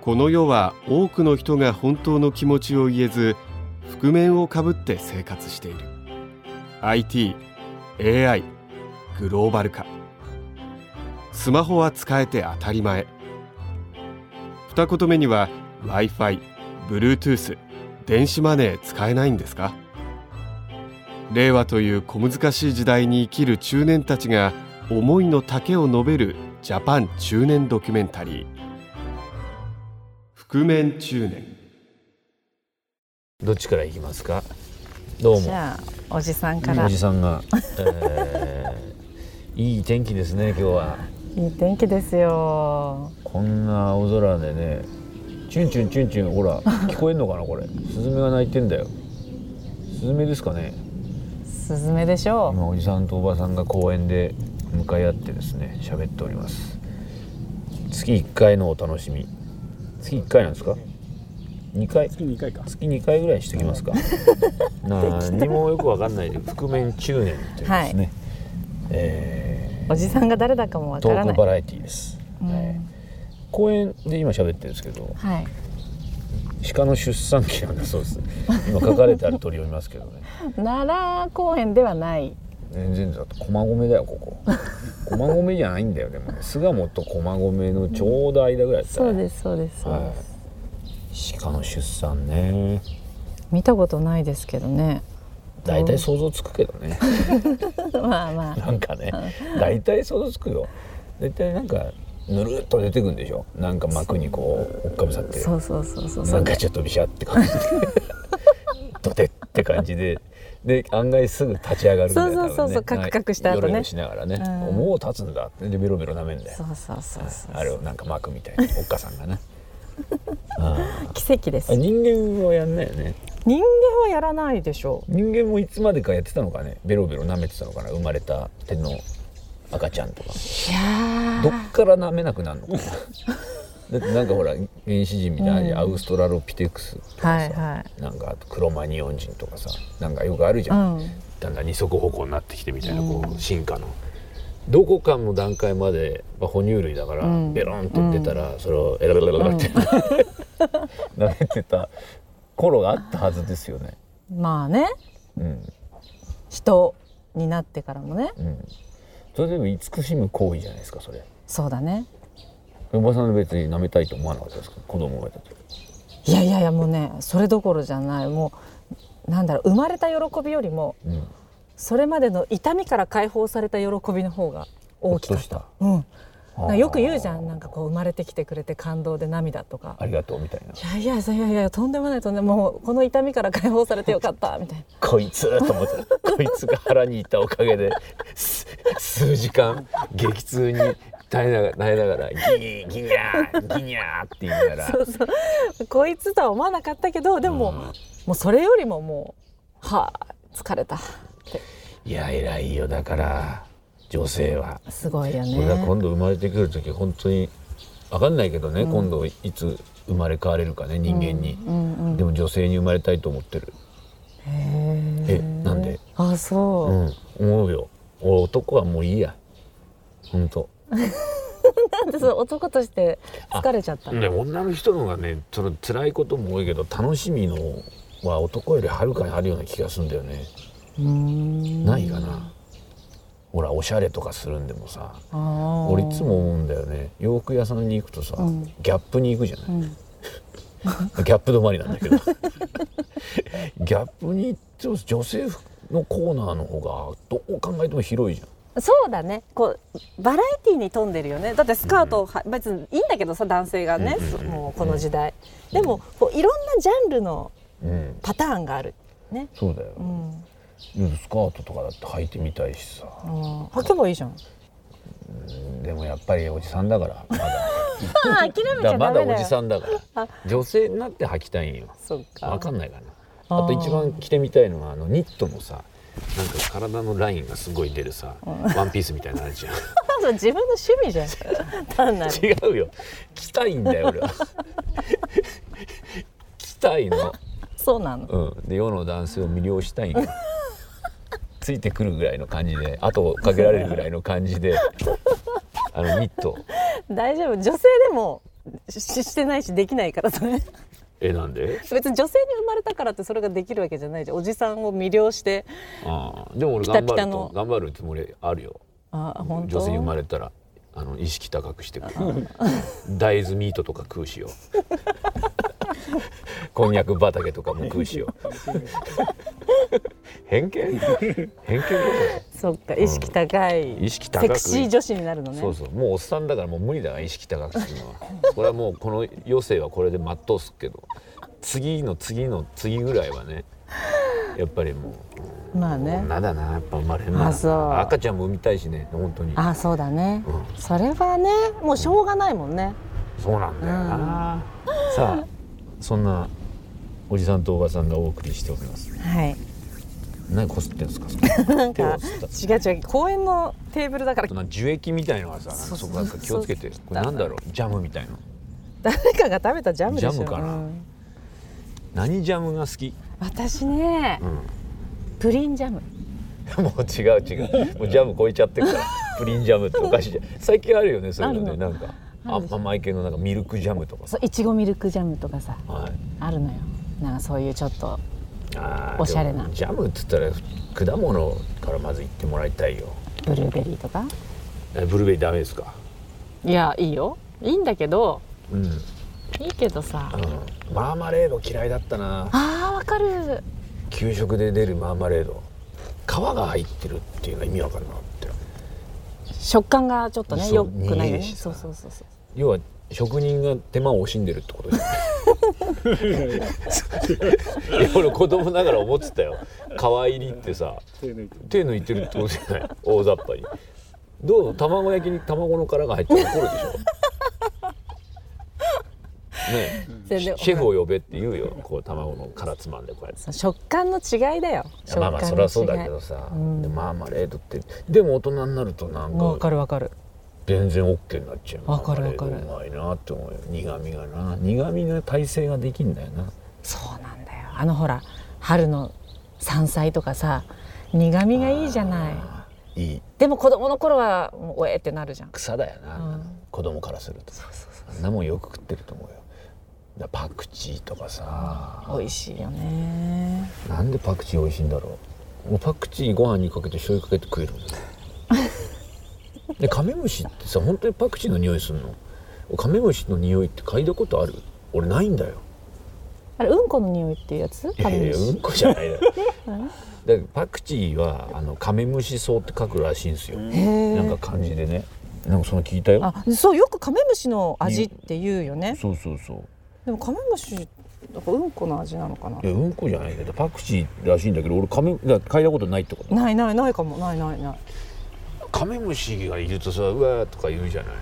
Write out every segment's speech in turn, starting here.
この世は多くの人が本当の気持ちを言えず覆面をかぶって生活している IT、AI、グローバル化スマホは使えて当たり前二言目には Wi-Fi、Bluetooth、電子マネー使えないんですか令和という小難しい時代に生きる中年たちが思いの丈を述べるジャパン中年ドキュメンタリー覆面中年どっちから行きますかどうじもゃあおじさんからおいじさん が、えーいい天気ですね今日はい天気ですよこんな青空でねチュンチュンチュンチュンほら聞こえんのかなこれスズメが鳴いてんだよスズメですかねスズメでしょ今おじさんとおばさんが公園で向かい合ってですね喋っております月1回のお楽しみ月1回なんですか2回月2回か月2回ぐらいにしてき ますか何もよくわかんないで覆面中年というですね、えうおじさんが誰だかもわー、かトらーなクいバラエティーです、うんはい公園で今喋ってるんですけどはい鹿の出産期なんだそうです今書かれてある鳥を見ますけどね奈良公園ではない全然だと駒込だよ ここ駒込じゃないんだよでもね巣鴨と駒込のちょうど間ぐらいだったねそうですそうですそうはです、い、鹿の出産ね見たことないですけどね大体想像つくけど ねまあまあなんかね大体想像つくよ大体なんかぬるっと出てくんでしょなんか膜にこう追っかぶさってそうそうそうそうそなうんかちょっとびしゃって感じで ドテって感じでで案外すぐ立ち上がるんだよそうそうそうそ多分うカクカクしたヨ後ねロヨロしながらね、うんもう立つんだってでベロベロ舐めんだよそうそうそうそうあれをなんか巻くみたいなおっかさんがねあ奇跡ですー人間はやんないよね人間はやらないでしょ人間もいつまでかやってたのかねベロベロ舐めてたのかな生まれた手の赤ちゃんとかいやどっから舐めなくなるのかなだってなんかほら原始人みたいなアウストラロピテクスとかさ、はいはなんかあとクロマニヨン人とかさなんかよくあるじゃん、ーだんだん二足歩行になってきてみたいなこう進化の。どこかの段階まで、まあ、哺乳類だから、うんベロンって出たら、それをエラベラベラベラ って、舐めてた頃があったはずですよね。うんまあねうん人になってからもねうん、それでも慈しむ行為じゃないですかそれ。そうだねおばさんは別に舐めたいと思わなかったですか子供がいた時。いやいやいやもうねそれどころじゃないもうなんだろう生まれた喜びよりもうんそれまでの痛みから解放された喜びの方が大きほかっとっしたた。うん、なんかよく言うじゃあんーなんかこう生まれてきてくれて感動で涙とかありがとうみたいないやいやいやいやいやとんでもないとんでもないもうこの痛みから解放されてよかったみたいな こいつと思ってこいつが腹にいたおかげです数時間激痛に耐えながら耐えながらギーギニャーギニャーって言いながら そうそうこいつとは思わなかったけどでも、もうそれよりももうはあ疲れたっていや偉いよだから女性は、すごいよ俺はね。今度生まれてくる時本当に分かんないけどね、今度いつ生まれ変われるかね人間に、うんうん、でも女性に生まれたいと思ってるへえなんでーあそう、うん、思うよ俺男はもういいやほんと なんでその男として疲れちゃったのね女の人の方がねその辛いことも多いけど楽しみのは男よりはるかにあるような気がするんだよね、うーんないかなほらおしゃれとかするんでもさあー俺いつも思うんだよね洋服屋さんに行くとさ、うんギャップに行くじゃない、んギャップ止まりなんだけど ギャップに行っても女性服のコーナーの方がどう考えても広いじゃんそうだねこうバラエティに富んでるよねだってスカートは、別にいいんだけどさ男性がね、うんうんうんそもうこの時代、でもこういろんなジャンルのうんパターンがあるねそうだよ、うん、うん、スカートとかだって履いてみたいしさ履けばいいじゃんでもやっぱりおじさんだからまだ諦めちだゃかダらメまだだよおじさんだから女性になって履きたいんよそっかわかんないかなあーあと一番着てみたいのはあのニットのさなんか体のラインがすごい出るさワンピースみたいなのあるじゃんそれ自分の趣味じゃん 単なる違うよ着たいんだよ 俺は着たいのそうなのうんで世の男性を魅了したいんよついてくるぐらいの感じで後を かけられるぐらいの感じであのニット大丈夫女性でもししてないしできないからそれえなんで別に女性に生まれたからってそれができるわけじゃないじゃんおじさんを魅了してああでも俺ピタ頑ピ張タるのと頑張るつもりあるよああ本当女性に生まれたらあの意識高くしてくる大豆ミートとか食うしよこんにゃく畑とかも食うしよ偏見偏見だよそっか意識高い、意識高セくクシー女子になるのねそうそうもうおっさんだからもう無理だから意識高くするのはこれはもうこの余生はこれで全うすっけど次の次の次ぐらいはねやっぱりもまあうね女だなやっぱ生まれんなあそう赤ちゃんも産みたいしね本当にああそうだね、うそれはねもうしょうがないもんねそうなんだよな、さあそんなおじさんとおばさんがお送りしておりますはい何こすってんすかそれなん手をか吸った違う違う公園のテーブルだからなんか樹液みたいのがさなんかそこなんか気をつけてそうそうこれなんだろうジャムみたいな誰かが食べたジャムでしょジャムかなうん何ジャムが好き、 私ねうんプリンジャムもう違う違う。もうジャム超えちゃってるか ら。プリンジャムっておかしいじゃん。最近あるよね、そういうのね。あるなんかあるでしょ甘い系のなんかミルクジャムとかさ。そういちごミルクジャムとかさはい。あるのよなんかそういうちょっとあーおしゃれなでもジャムって言ったら果物からまず言ってもらいたいよ。ブルーベリーとかえブルーベリーダメですか。いやいいよいいんだけどうん。うん。いいけどさマーマレード嫌いだったな。あーわかる給食で出るマーマレード。皮が入ってるっていうのは意味わかんなかったよ。食感がちょっとねそう良くない苦よいねしさそうそうそうそう要は職人が手間を惜しんでるってことじゃ ないいや俺子供ながら思ってたよ皮入りってさ手抜いて手抜いてるってことじゃない大雑把にどう卵焼きに卵の殻が入って怒るでしょ ねそれえシでェフを呼べって言うよこう卵の殻つまんでこうやってそう食感の違いだよ食感まあまの違いあそれはそうだけどさ、うんでマーマレードってでも大人になるとなんわかかるわかる全然 OK になっちゃうわかるわかるマーマレードうまいなって思うよ苦みがな苦みが耐性ができんだよなそうなんだよあのほら春の山菜とかさ苦味がいいじゃないあーいいでも子供の頃はもうおえってなるじゃん草だよな、うん子供からするとあんなもんよく食ってると思うよだからパクチーとかさ、美味しいよねなんでパクチー美味しいんだろうもうパクチーご飯にかけて醤油かけて食えるんだよでカメムシってさ本当にパクチーの匂いするのカメムシの匂いって嗅いだことある俺ないんだよあれうんこの匂いっていうやついやいやうんこじゃないだろだからパクチーはあのカメムシ草って書くらしいんですよへえなんか漢字でねなんかその聞いたよあそうよくカメムシの味って言うよねそうそうそうでもカメムシだからうんこの味なのかないやうんこじゃないけどパクチーらしいんだけど俺カメだから嗅いだことないってことないないないかもないないないカメムシがいるとさうわーとか言うじゃない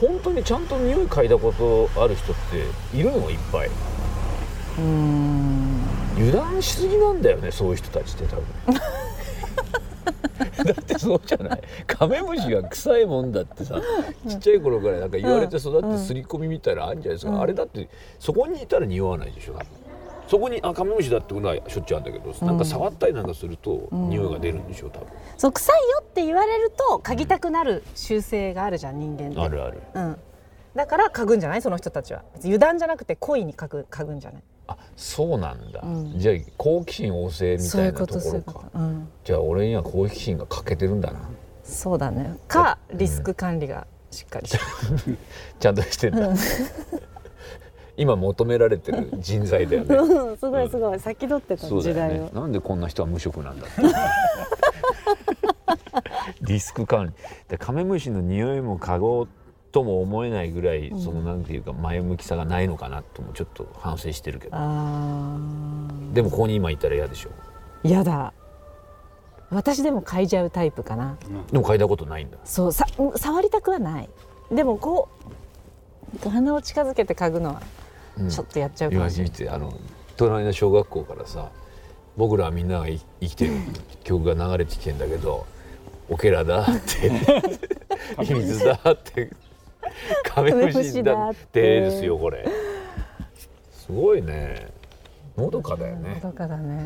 本当にちゃんと匂い嗅いだことある人っているのいっぱいうーん油断しすぎなんだよねそういう人たちって 多分だってそうじゃないカメムシが臭いもんだってさちっちゃい頃からなんか言われて育って刷り込みみたいなのあるんじゃないですか、あれだってそこにいたら匂わないでしょ多分そこにあカメムシだってことはしょっちゅうあるんだけど、なんか触ったりなんかすると匂いが出るんでしょ多分、そう臭いよって言われると嗅ぎたくなる習性があるじゃん人間ってあるあるうん、だから嗅ぐんじゃないその人たちは別に油断じゃなくて恋に嗅ぐ嗅ぐんじゃないあそうなんだ、うんじゃあ好奇心旺盛みたいなところかうん、じゃあ俺には好奇心が欠けてるんだなそうだねかリスク管理がしっ かりしてちゃんとしてんだ、 今求められてる人材だよねる、うん、すごいすごい先取ってたそう時だよ代を、ねなんでこんな人は無職なんだって リスク管理でカメムシの匂いも嗅ごうとも思えないぐらい、そのなんていうか前向きさがないのかなともちょっと反省してるけどあでもここに今いたら嫌でしょあやだ私でも嗅いじゃうタイプかなでも嗅いだことないんだそうさ触りたくはないでもこう鼻を近づけて嗅ぐのはんちょっとやっちゃうか今もしれない、見てあの隣の小学校からさ「僕らはみんながい生きてる」曲が流れてきてんだけど「オケラだ」っ て「ミミズだ」って「カメムシだ」ってですよこれすごいねのどかだよねどかだね、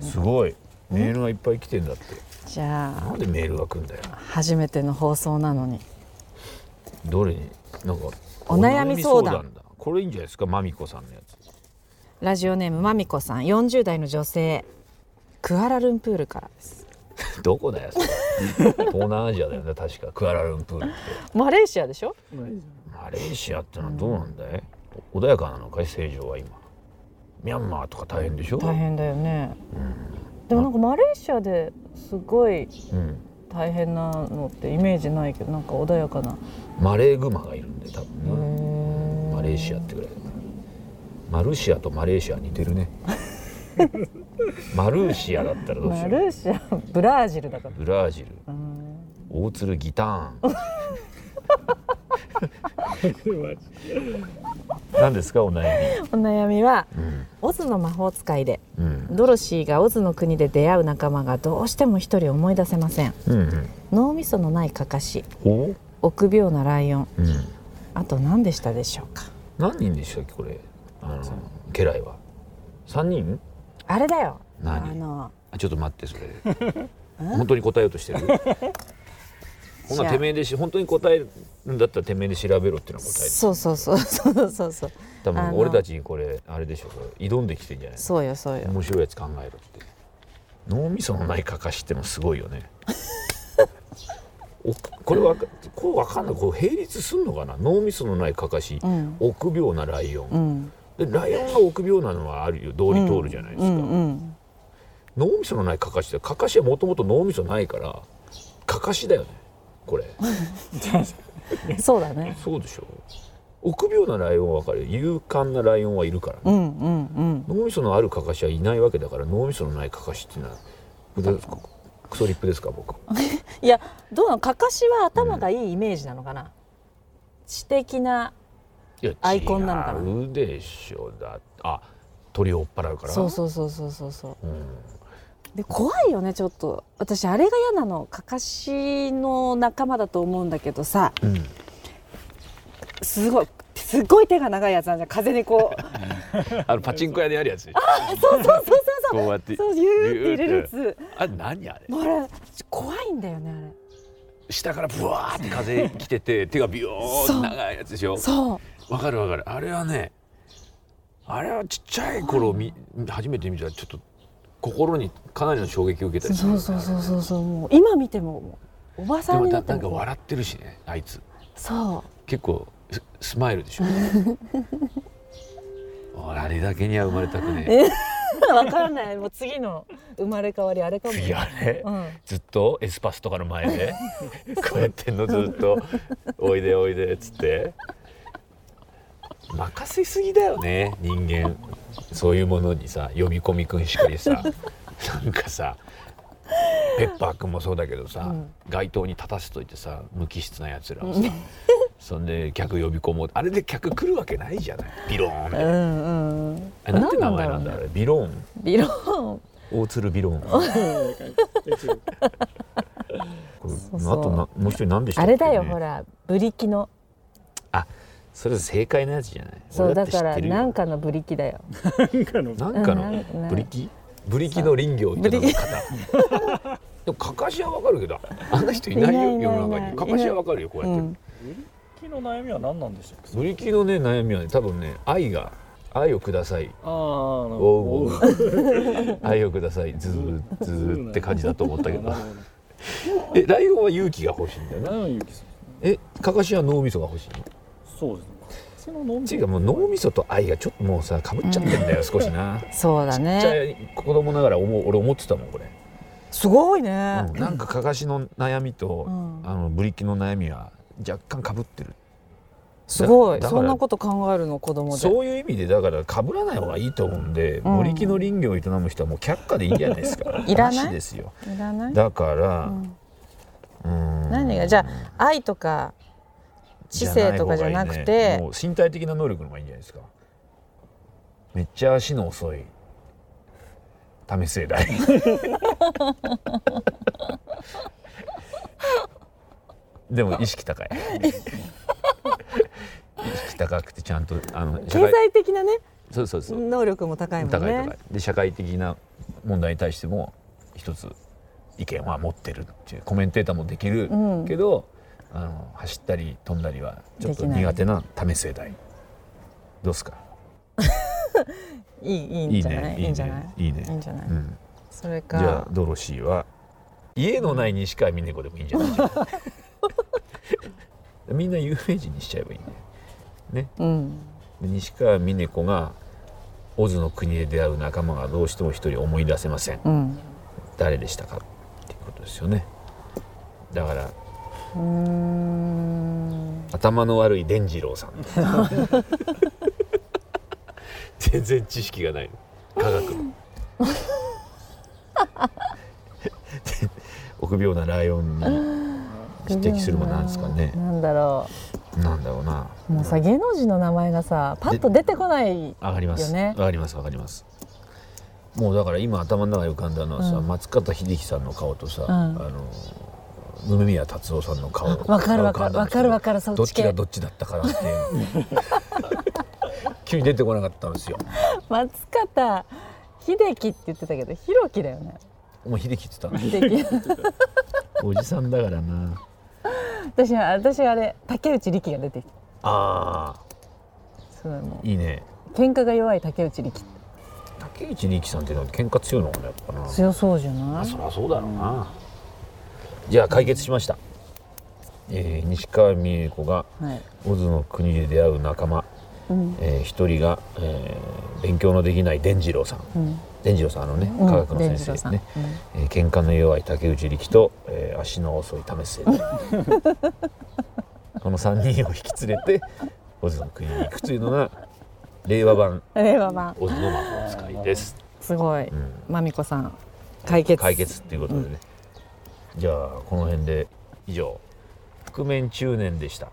すごいメールがいっぱい来てんだってじゃあなんでメールが来んだよ初めての放送なのにどれになんかお悩み相談お悩みだこれいいんじゃないですかマミコさんのやつラジオネームまみこさん40代の女性クアラルンプールからですどこだよそれ東南アジアだよね確かクアラルンプールってマレーシアでしょマレーシアってのはどうなんだい、お穏やかなのかい正常は今ミャンマーとか大変でしょ大、変だよね、でもなんかマレーシアですごいうん、大変なのってイメージないけどなんか穏やかなマレーグマがいるんで多分ねマレーシアってぐらいだからマルシアとマレーシア似て るねマルーシアだったらどうしよマルうーシアブラジルだからブラジルうん大鶴ギターン何ですかお悩お悩みはみ、うんオズの魔法使いでうんドロシーがオズの国で出会う仲間がどうしても一人思い出せませんうんうん脳みそのないカカシおう臆病なライオンうんあと何でしたでしょうか何人でしたっけこれあの家来は3人あれだよあ何のあちょっと待ってそれ 本当に答えようとしてるほんなじゃらあてめえでし本当に答えるんだったらてめえで調べろっていうのは答えそうそうそうそうそうそう多あ分の俺たちにこれあれでしょこれ挑んできてんじゃないそうよそうよ面白いやつ考えろって脳みそのないかかしってのすごいよ ねおこれわかこうわかんないこう並立すんのかな脳みそのないかかし、うん臆病なライオン、うんでライオンが臆病なのはあるよ道理通るじゃないですうか、んうん脳みそのないかかしだよかかしはもともと脳みそないからかかしだよねこれそうだねそうでしょ臆病なライオンは分かるよ勇敢なライオンはいるからね、うんうんうん脳みそのあるかかしはいないわけだから脳みそのないかかしっていうのは僕はこクソリップですか僕いやどうなのかかしは頭がいいイメージなのかな、知的ないやアイコンなのかな違うでしょだあ鳥を追っ払うからそうそうそうそうそうそううん、で怖いよねちょっと私あれが嫌なのかかしの仲間だと思うんだけどさうんすごいすごい手が長いやつなんじゃん風にこうあのパチンコ屋でやるやつそうそうそうそこううやってそうそうゆーって入れるやつあ何あれもうあれ怖いんだよねあれ下からブワーって風来てて手がビヨーって長いやつでしょそうわかるわかるあれはねあれはちっちゃい頃見初めて見たらちょっと心にかなりの衝撃を受けたりするそうそうそうそうそうもう今見てももうおばでさんもになだってなんかも笑ってるしねあいつそ結構ススマイルでしょ俺 あれだけには生まれたくねうわかんないもう次の生まれ変わりあれかもえ次あれ、うんずっとエスパスとかの前でこうやってんのずっと「おいでおいで」っつって任せすぎだよね人間そういうものにさ呼び込み君しかりさなんかさペッパー君もそうだけどさ、街頭に立たせといてさ無機質なやつらをさ、そんで客呼び込もうあれで客来るわけないじゃないビローンみたいうな、んうんあれなんて名前なんだろうあねれビローンビローン大鶴ビロ ーンこれそうそうあとなもう一人何でしたあっけれねだよほらブリキのあそれ正解のやつじゃないそう俺だって知からってるよなんかのブリキだよなんかうんなのんブリキブリキの林業を営む方 でもかかしはわかるけどあんな人いないよいないいない世の中いないにかかしはわかるよこうやって、うん木の悩みは何なんでしたっけブリキのね悩みはね多分ね愛が愛をくださいああなるおほうど愛をくださいズーズーって感じだと思った けどなるえライオンは勇気が欲しいんだよほどななゆきさんえかかしは脳みそが欲しいのそうですねその脳み違うもう脳みそと愛がちょっともうさかぶっちゃってんだよ少しなそうだちっちねゃい子供ながら思う俺思ってたもんこれ、すごいねうんなんかかかしの悩みと、うんあのブリキの悩みは若干かぶってるすごいだだそからんなこと考えるの子供でそういう意味でだからかぶらない方がいいと思うんで、うんブリキの林業を営む人はもう却下でいいんじゃないですか いらないなしですよいらないだから、うーん何がじゃあ愛とか知性とかじゃなくなてい方がいいねもう身体的な能力の方がいいんじゃないですかめっちゃ足の遅い為末大 でも意識高い意識高くてちゃんとあの社経会済的なねそうそうそう、能力も高いもんね高い高いで社会的な問題に対しても一つ意見は持ってるっていうコメンテーターもできるうんけど、あの走ったり飛んだりはちょっとできない苦手な為末代どうっすかいいいいいんいじゃないねいいんじゃないいいいいねんじゃないうんそれじゃあかドロシーは家のない西川峰子でもいいんじゃ ないみんな有名人にしちゃえばいいねうん西川峰子がオズの国で出会う仲間がどうしても一人思い出せませんうん誰でしたかっていうことですよねだからうーん頭の悪い伝次郎さん全然知識がないの科学ので臆病なライオンに匹敵するものなんですかねなんだろなんだろうなうもうさ芸能人の名前がさパッと出てこない上がりますよね上がります上がりますもうだから今頭の中に浮かんだのはさ、うん松方秀樹さんの顔とさ、んあの梅宮達夫さんの顔わかるわかが浮るんだんですけどわかるわかるそっちどっち系がどっちだったからっていう 急に出てこなかったんですよ松方秀樹って言ってたけど弘樹だよねもう秀樹って言って秀樹たおじさんだからな私は私はあれ竹内力が出てきたあすごいもーいいねう喧嘩が弱い竹内力竹内力さんっていうのは喧嘩強いのかなやっぱな強そうじゃないそりゃそうだろうなじゃあ解決しました、えー西川美恵子がはいオズの国で出会う仲間うんえー一人が、えー勉強のできない伝次郎さんうん伝次郎さんあのねうん科学の先伝次郎生さねん、うんえー喧嘩の弱い竹内力と、えー足の遅い為末 この3人を引き連れてオズの国に行くというのが令和版令和版オズの魔法使いです、すごいうん、まみこさん解決解決っていうことでね、じゃあこの辺で以上覆面中年でした